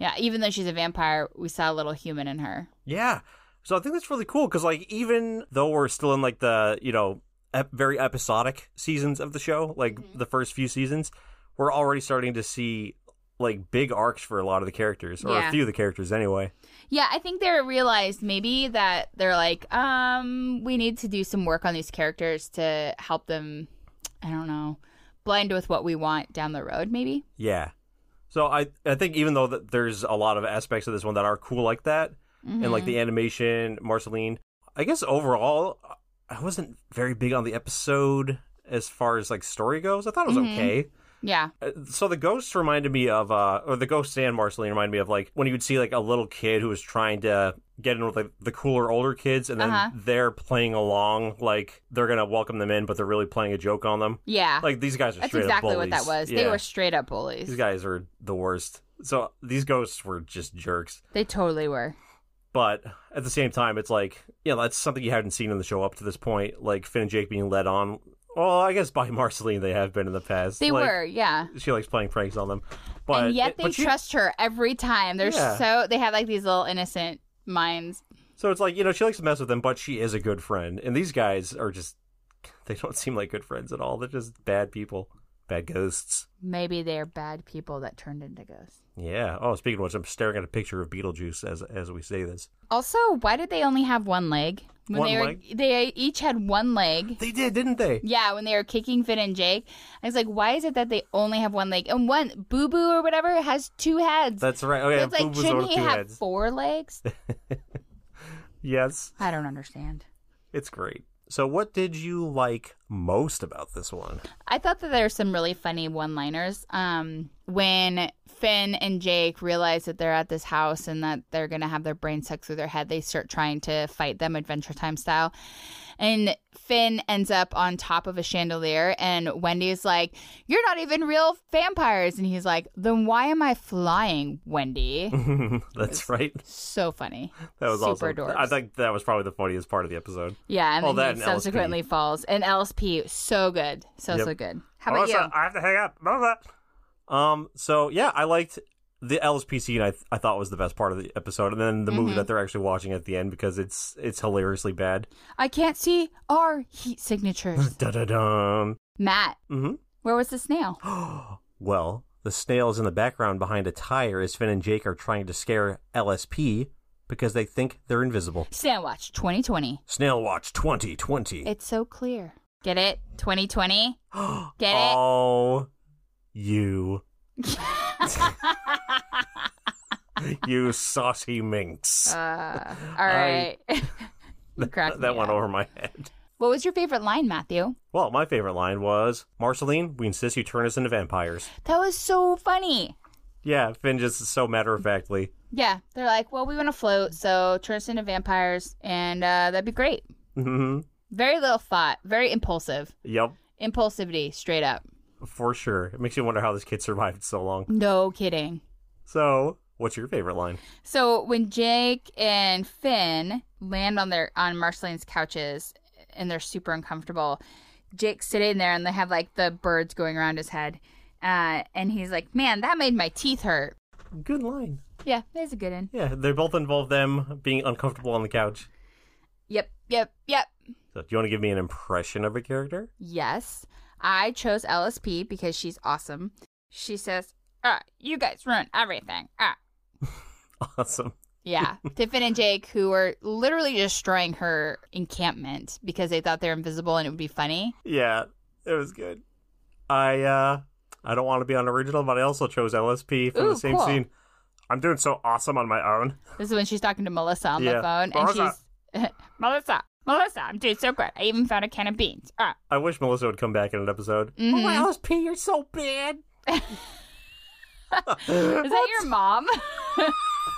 C: yeah, even though she's a vampire, we saw a little human in her.
D: Yeah. So I think that's really cool because, like, even though we're still in like the you know ep- very episodic seasons of the show, like the first few seasons, we're already starting to see like big arcs for a lot of the characters or
C: Yeah.
D: a few of the characters anyway.
C: Yeah, I think they realized maybe that they're like, um, we need to do some work on these characters to help them, I don't know, blend with what we want down the road, maybe.
D: Yeah. So I I think even though that there's a lot of aspects of this one that are cool like that, and like the
C: Mm-hmm.
D: animation, Marceline, I guess overall I wasn't very big on the episode as far as like story goes. I thought it was
C: Mhm.
D: okay. Uh,
C: Yeah.
D: so the ghosts reminded me of uh or the ghosts and Marceline reminded me of like when you would see like a little kid who was trying to get in with like the cooler older kids and then
C: Uh-huh.
D: they're playing along like they're gonna welcome them in but they're really playing a joke on them
C: Yeah.
D: like these guys are
C: That's
D: straight
C: exactly
D: up
C: what
D: bullies.
C: that was. They
D: Yeah.
C: were straight up bullies.
D: these guys are the worst so these ghosts were just jerks
C: they totally were.
D: but at the same time it's like yeah that's something you hadn't seen in the show up to this point like Finn and Jake being led on well I guess by [laughs] Marceline they have been in the past
C: They
D: Like,
C: were, yeah.
D: she likes playing pranks on them but
C: and yet they
D: but she-
C: trust her every time. They're
D: Yeah.
C: so they have like these little innocent minds.
D: So it's like, you know, she likes to mess with them, but she is a good friend. And these guys are just, [laughs] they don't seem like good friends at all. They're just bad people, bad ghosts.
C: Maybe they're bad people that turned into ghosts.
D: Yeah. Oh, speaking of which, I'm staring at a picture of Beetlejuice as as we say this.
C: Also, why did they only have one leg?
D: One
C: they were,
D: leg?
C: they each had one leg.
D: They did, didn't they?
C: Yeah, when they were kicking Finn and Jake, I was like, why is it that they only have one leg? And one Boo Boo or whatever has two heads.
D: That's right.
C: So
D: Oh yeah,
C: it's like,
D: Boo Boo's over
C: shouldn't he
D: two
C: have
D: heads.
C: four
D: [laughs]
C: legs?
D: Yes,
C: I don't understand.
D: it's great. So, what did you like most about this one? [laughs]
C: I thought that there were some really funny one-liners. Um, when Finn and Jake realize that they're at this house and that they're going to have their brain sucked through their head, they start trying to fight them Adventure Time style. And Finn ends up on top of a chandelier, and Wendy's like, You're not even real vampires. And he's like, Then why am I flying, Wendy?
D: [laughs] That's right.
C: so funny.
D: That was
C: Super
D: awesome.
C: dorks.
D: I think that was probably the funniest part of the episode.
C: Yeah, and
D: Well,
C: then
D: that
C: he
D: and LSP.
C: subsequently falls. And LSP, so good. So,
D: Yep.
C: so good. How
D: Oh,
C: about you?
D: so I have to hang up. Blah, blah, blah. Um. So yeah, I liked the LSP scene. I th- I thought was the best part of the episode, and then the
C: Mm-hmm.
D: movie that they're actually watching at the end because it's it's hilariously bad.
C: I can't see our heat signatures.
D: Da da dum.
C: Matt,
D: Mhm.
C: where was the snail?
D: [gasps] Well, the snail is in the background behind a tire as Finn and Jake are trying to scare LSP because they think they're invisible.
C: Snail Watch 2020.
D: Snail Watch 2020.
C: It's so clear. Get it?
D: [gasps]
C: 2020? Get it?
D: oh,
C: [laughs]
D: you. you saucy minx.
C: Uh, all
D: I-
C: right. [laughs] You cracked
D: that
C: me
D: went
C: up.
D: over my head.
C: What was your favorite line, Matthew?
D: Well, my favorite line was Marceline, we insist you turn us into vampires.
C: That was so funny.
D: Yeah, Finn just is so matter of factly.
C: Yeah, they're like, well, we want to float, so turn us into vampires, and uh, that'd be great.
D: hmm
C: Very little thought, very impulsive.
D: Yep,
C: Impulsivity, straight up.
D: for sure. It makes you wonder how this kid survived so long.
C: No kidding.
D: So, what's your favorite line?
C: So when Jake and Finn land on their on Marceline's couches and they're super uncomfortable, Jake's sitting there and they have like the birds going around his head, uh, and he's like, "Man, that made my teeth hurt."
D: Good line.
C: Yeah, that's a good one.
D: Yeah, they both involve them being uncomfortable on the couch.
C: Yep, yep, yep.
D: So, do you want to give me an impression of a character? [laughs]
C: Yes, I chose LSP because she's awesome. She says, "Ah, you guys ruin everything." Ah,
D: Awesome.
C: [laughs] Yeah, to Finn and Jake, who were literally destroying her encampment because they thought they're invisible and it would be funny.
D: Yeah, it was good. I uh I don't want to be unoriginal, but I also chose LSP from
C: Ooh,
D: the same
C: cool.
D: scene. I'm doing so awesome on my own.
C: This is when she's talking to Melissa on the
D: Yeah.
C: phone,
D: Melissa.
C: and she's [laughs] Melissa, Melissa, I'm doing so good. I even found a can of beans. Ah.
D: I wish Melissa would come back in an episode.
C: Mm-hmm.
D: Oh, LSP, you're so bad.
C: Is that your mom? [laughs]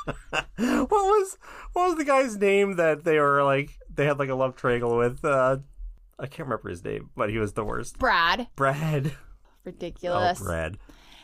D: What was what was the guy's name that they were like they had like a love triangle with? Uh I can't remember his name, but he was the worst.
C: Brad.
D: Brad.
C: Ridiculous.
D: Oh, Brad.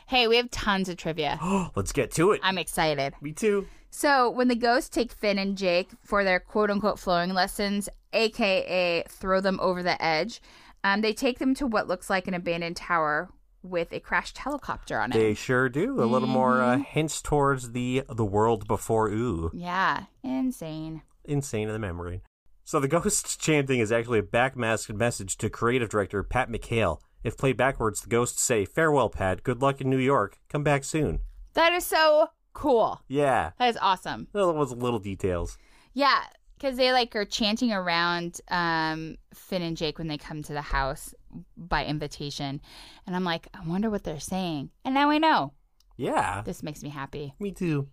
C: Hey, we have tons of trivia.
D: [gasps] Let's get to it.
C: I'm excited.
D: Me too.
C: So when the ghosts take Finn and Jake for their quote unquote flowing lessons, aka throw them over the edge, um, they take them to what looks like an abandoned tower with a crashed helicopter on it.
D: They sure do. A little more uh, hints towards the the world before ooh.
C: yeah, insane.
D: Insane in the memory. So the [laughs] ghosts chanting is actually a backmasked message to creative director Pat McHale. If played backwards, the ghosts say, "Farewell, Pat. Good luck in New York. Come back soon."
C: That is so cool.
D: Yeah,
C: That is awesome.
D: that was little details.
C: Yeah, because they like are chanting around um, Finn and Jake when they come to the house by invitation, and I'm like, I wonder what they're saying. And now I know.
D: Yeah,
C: This makes me happy.
D: me too.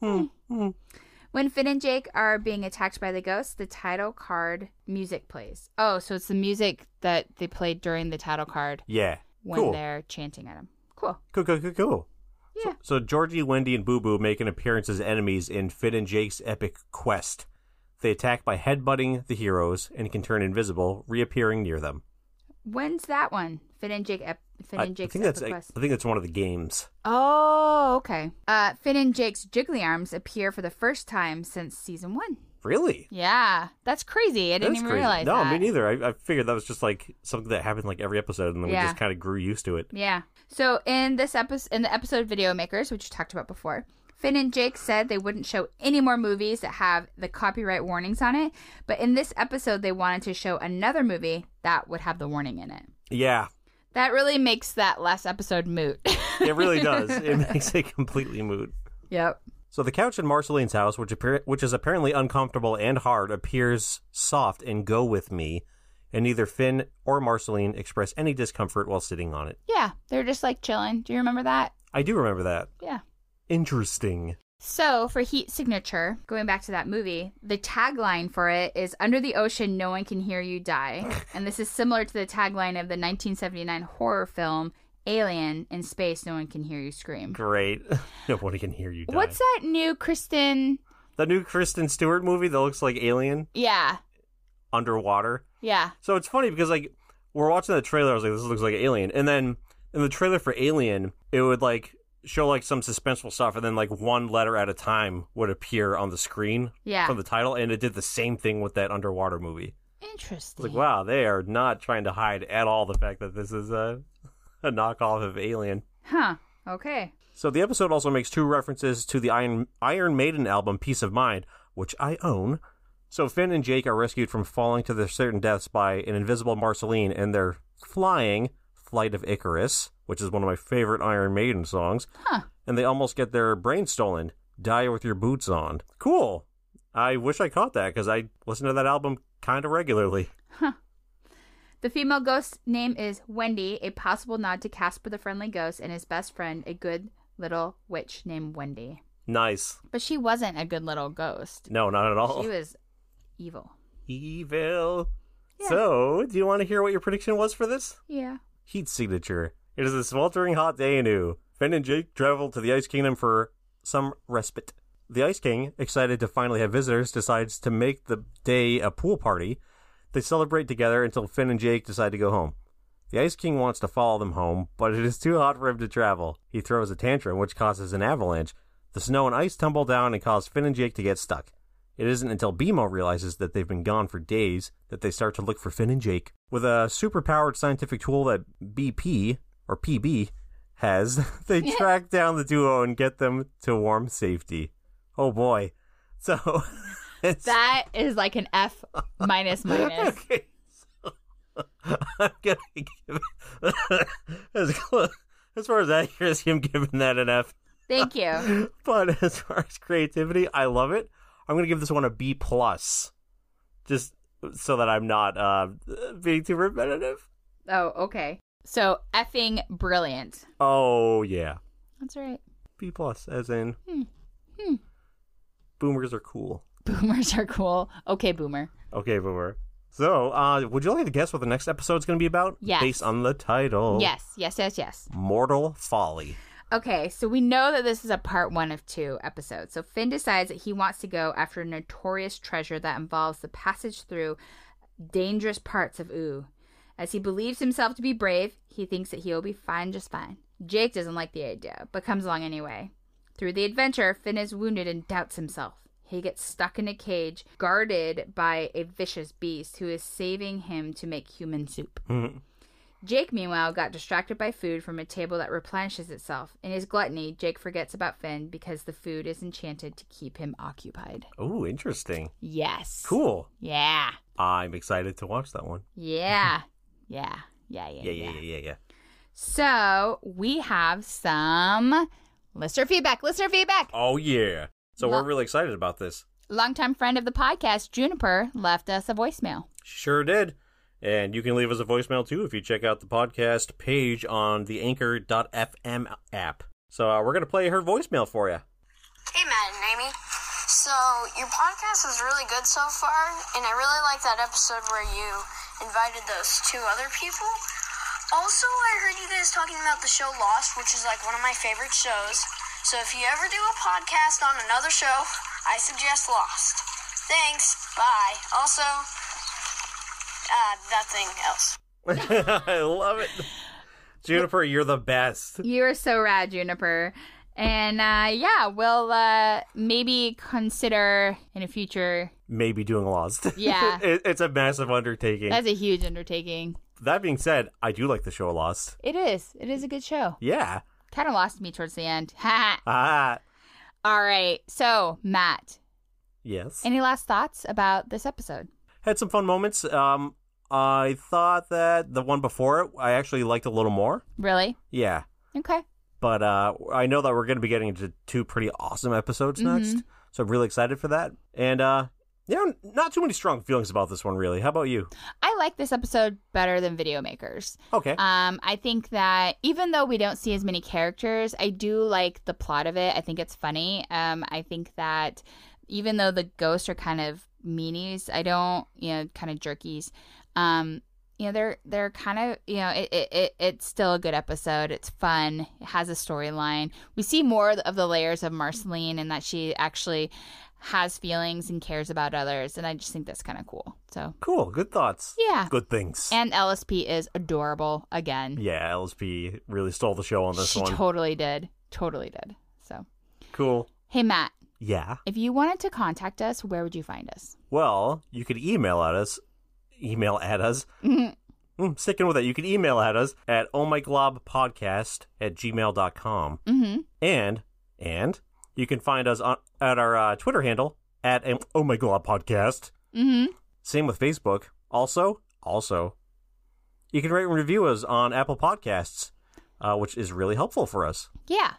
D: Hmm. Hmm.
C: When Finn and Jake are being attacked by the ghosts, the title card music plays. Oh, so it's the music that they played during the title card
D: Yeah.
C: when
D: cool.
C: they're chanting at him. Cool.
D: Cool, cool, cool, cool.
C: Yeah.
D: So Georgie, Wendy, and Boo Boo make an appearance as enemies in Finn and Jake's epic quest. They attack by headbutting the heroes and can turn invisible, reappearing near them.
C: When's that one? Finn and Jake. Ep- Finn
D: I,
C: and
D: I
C: Jake's
D: think that's
C: Epic Quest.
D: I think that's one of the games.
C: Oh, okay. Uh, Finn and Jake's jiggly arms appear for the first time since season one.
D: Really?
C: Yeah, that's crazy. I didn't
D: That's
C: even
D: crazy.
C: realize
D: no,
C: that.
D: me neither. I, I figured that was just like something that happened like every episode, and then
C: Yeah.
D: we just kind of grew used to it.
C: Yeah. So in this episode, in the episode Video Makers, which you talked about before, Finn and Jake said they wouldn't show any more movies that have the copyright warnings on it. But in this episode, they wanted to show another movie that would have the warning in it.
D: Yeah,
C: That really makes that last episode moot. [laughs]
D: it really does. it [laughs] makes it completely moot.
C: yep.
D: So the couch in Marceline's house, which appear- which is apparently uncomfortable and hard, appears soft and go with me, and neither Finn or Marceline express any discomfort while sitting on it.
C: Yeah, they're just like chilling. Do you remember that?
D: I do remember that.
C: Yeah.
D: Interesting.
C: So, for Heat Signature, going back to that movie, the tagline for it is Under the Ocean, No One Can Hear You Die. and this is similar to the tagline of the 1979 horror film Alien in space, no one can hear you scream.
D: Great. [laughs] Nobody can hear you. Die.
C: What's that new Kristen?
D: the new Kristen Stewart movie that looks like Alien
C: Yeah,
D: underwater?
C: yeah,
D: So it's funny because like we're watching the trailer, I was like, this looks like Alien, and then in the trailer for Alien, it would like show like some suspenseful stuff, and then like one letter at a time would appear on the screen
C: yeah.
D: from the title, and it did the same thing with that underwater movie. It's
C: Interesting.
D: like wow, they are not trying to hide at all the fact that this is a [laughs] a knockoff of Alien.
C: Huh. Okay.
D: So the episode also makes two references to the Iron Iron Maiden album Peace of Mind, which I own. So Finn and Jake are rescued from falling to their certain deaths by an invisible Marceline and their flying Flight of Icarus, which is one of my favorite Iron Maiden songs.
C: Huh.
D: And they almost get their brain stolen. Die with your boots on. Cool. I wish I caught that because I listen to that album kind of regularly.
C: The female ghost's name is Wendy, a possible nod to Casper the Friendly Ghost and his best friend, a good little witch named Wendy.
D: Nice.
C: But she wasn't a good little ghost.
D: No, not at all.
C: She was evil.
D: Evil.
C: Yeah.
D: So, do you want to hear what your prediction was for this?
C: Yeah.
D: heat signature. It is a sweltering hot day in U. Finn and Jake travel to the Ice Kingdom for some respite. The Ice King, excited to finally have visitors, decides to make the day a pool party. They celebrate together until Finn and Jake decide to go home. The Ice King wants to follow them home, but it is too hot for him to travel. He throws a tantrum, which causes an avalanche. The snow and ice tumble down and cause Finn and Jake to get stuck. It isn't until Bimo realizes that they've been gone for days that they start to look for Finn and Jake. With a superpowered scientific tool that BP or PB has, [laughs] they track down the duo and get them to warm safety. Oh boy. So [laughs] it's
C: That is like an F [laughs] minus minus.
D: Okay, so, [laughs] I'm gonna give it [laughs] as close, as far as accuracy. I'm giving that an F.
C: Thank you.
D: But as far as creativity, I love it. I'm gonna give this one a B plus, just so that I'm not uh, being too repetitive.
C: Oh, okay. So effing brilliant.
D: Oh yeah,
C: That's right.
D: B plus as in
C: Hmm. Hmm.
D: boomers are cool.
C: Boomers are cool. Okay, boomer.
D: Okay, boomer. So, uh, would you like to guess what the next episode's going to be about?
C: Yes.
D: Based on the title.
C: Yes, yes, yes, yes.
D: Mortal Folly.
C: Okay, so we know that this is a part one of two episodes. So Finn decides that he wants to go after a notorious treasure that involves the passage through dangerous parts of Ooh. As he believes himself to be brave, he thinks that he will be fine just fine. Jake doesn't like the idea, but comes along anyway. Through the adventure, Finn is wounded and doubts himself. He gets stuck in a cage guarded by a vicious beast who is saving him to make human soup. Jake, meanwhile, got distracted by food from a table that replenishes itself. In his gluttony, Jake forgets about Finn because the food is enchanted to keep him occupied.
D: Oh, interesting.
C: Yes.
D: Cool.
C: Yeah.
D: I'm excited to watch that one.
C: Yeah. [laughs] yeah. Yeah. Yeah.
D: Yeah, yeah, yeah, yeah, yeah.
C: So we have some listener feedback. Listener feedback.
D: Oh yeah. So
C: Lo-
D: we're really excited about this.
C: Longtime friend of the podcast, Juniper, left us a voicemail.
D: Sure did. And you can leave us a voicemail too if you check out the podcast page on the anchor.fm app. So uh, we're going to play her voicemail for you.
F: Hey, Matt and Amy. So, your podcast was really good so far, and I really like that episode where you invited those two other people. Also, I heard you guys talking about the show Lost, which is like one of my favorite shows. So, if you ever do a podcast on another show, I suggest Lost. Thanks. Bye. Also, uh, nothing else.
D: [laughs] I love
C: [laughs]
D: it. Juniper, you're the best.
C: You are so rad, Juniper. And uh, yeah, we'll uh, maybe consider in a future.
D: Maybe doing Lost.
C: Yeah.
D: [laughs] it, it's a massive undertaking.
C: That's a huge undertaking.
D: That being said, I do like the show Lost.
C: It is. It is a good show.
D: Yeah.
C: Kind of lost me towards the end. [laughs] Ha.
D: Ah.
C: All right. So, Matt,
D: Yes.
C: any last thoughts about this episode?
D: had some fun moments. Um, I thought that the one before it, I actually liked a little more.
C: Really?
D: Yeah,
C: Okay.
D: but uh, I know that we're going to be getting into two pretty awesome episodes
C: Mm-hmm.
D: next, so I'm really excited for that. And uh, yeah, not too many strong feelings about this one, really. How about you?
C: I like this episode better than Video Makers.
D: Okay,
C: Um, I think that even though we don't see as many characters, I do like the plot of it. I think it's funny. Um, I think that even though the ghosts are kind of meanies, I don't, you know, kind of jerkies. Um, you know they're they're kind of you know it, it, it it's still a good episode it's fun it has a storyline we see more of the layers of marceline and that she actually has feelings and cares about others and i just think that's kind of cool so
D: Cool. Good thoughts.
C: yeah
D: Good things.
C: and lsp is adorable again
D: yeah, LSP really stole the show on this
C: she
D: one.
C: totally did totally did so
D: cool.
C: hey matt
D: Yeah.
C: if you wanted to contact us where would you find us
D: Well, you could email at us. Email at us. Mm, sticking with that, you can email at us at ohmyglobpodcast at gmail.com.
C: mm-hmm
D: And, and, you can find us on, at our uh, Twitter handle at um, Oh My Glob Podcast.
C: mm-hmm
D: Same with Facebook. Also, also, you can rate and review us on Apple Podcasts, uh, which is really helpful for us.
C: yeah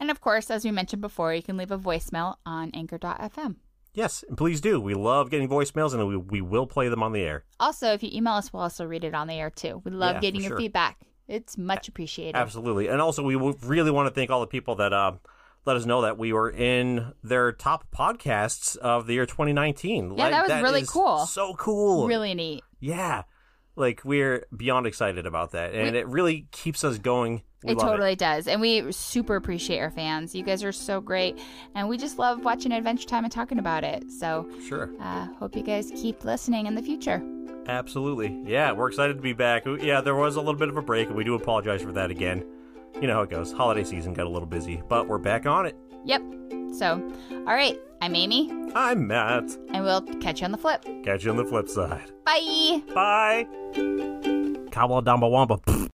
C: and of course as we mentioned before you can leave a voicemail on anchor.fm
D: Yes, and please do. We love getting voicemails and we, we will play them on the air.
C: Also, if you email us, we'll also read it on the air too. We love
D: Yeah,
C: getting
D: for
C: your
D: sure.
C: feedback. It's much appreciated.
D: Absolutely. And also, we w- really want to thank all the people that uh, let us know that we were in their top podcasts of the year 2019.
C: Yeah, that was really
D: is
C: cool.
D: So cool.
C: Really neat.
D: Yeah. Like, we're beyond excited about that. And it really keeps us going. We
C: it
D: love
C: totally does. And we super appreciate our fans. You guys are so great. And we just love watching Adventure Time and talking about it. So,
D: Sure.
C: uh, hope you guys keep listening in the future.
D: Absolutely. Yeah, we're excited to be back. We- Yeah, there was a little bit of a break, and we do apologize for that again. You know how it goes. Holiday season got a little busy, but we're back on it.
C: Yep. So, all right. I'm Amy,
D: I'm Matt.
C: and we'll catch you on the flip.
D: Catch you on the flip side.
C: Bye.
D: Bye. Cowabunga Wamba.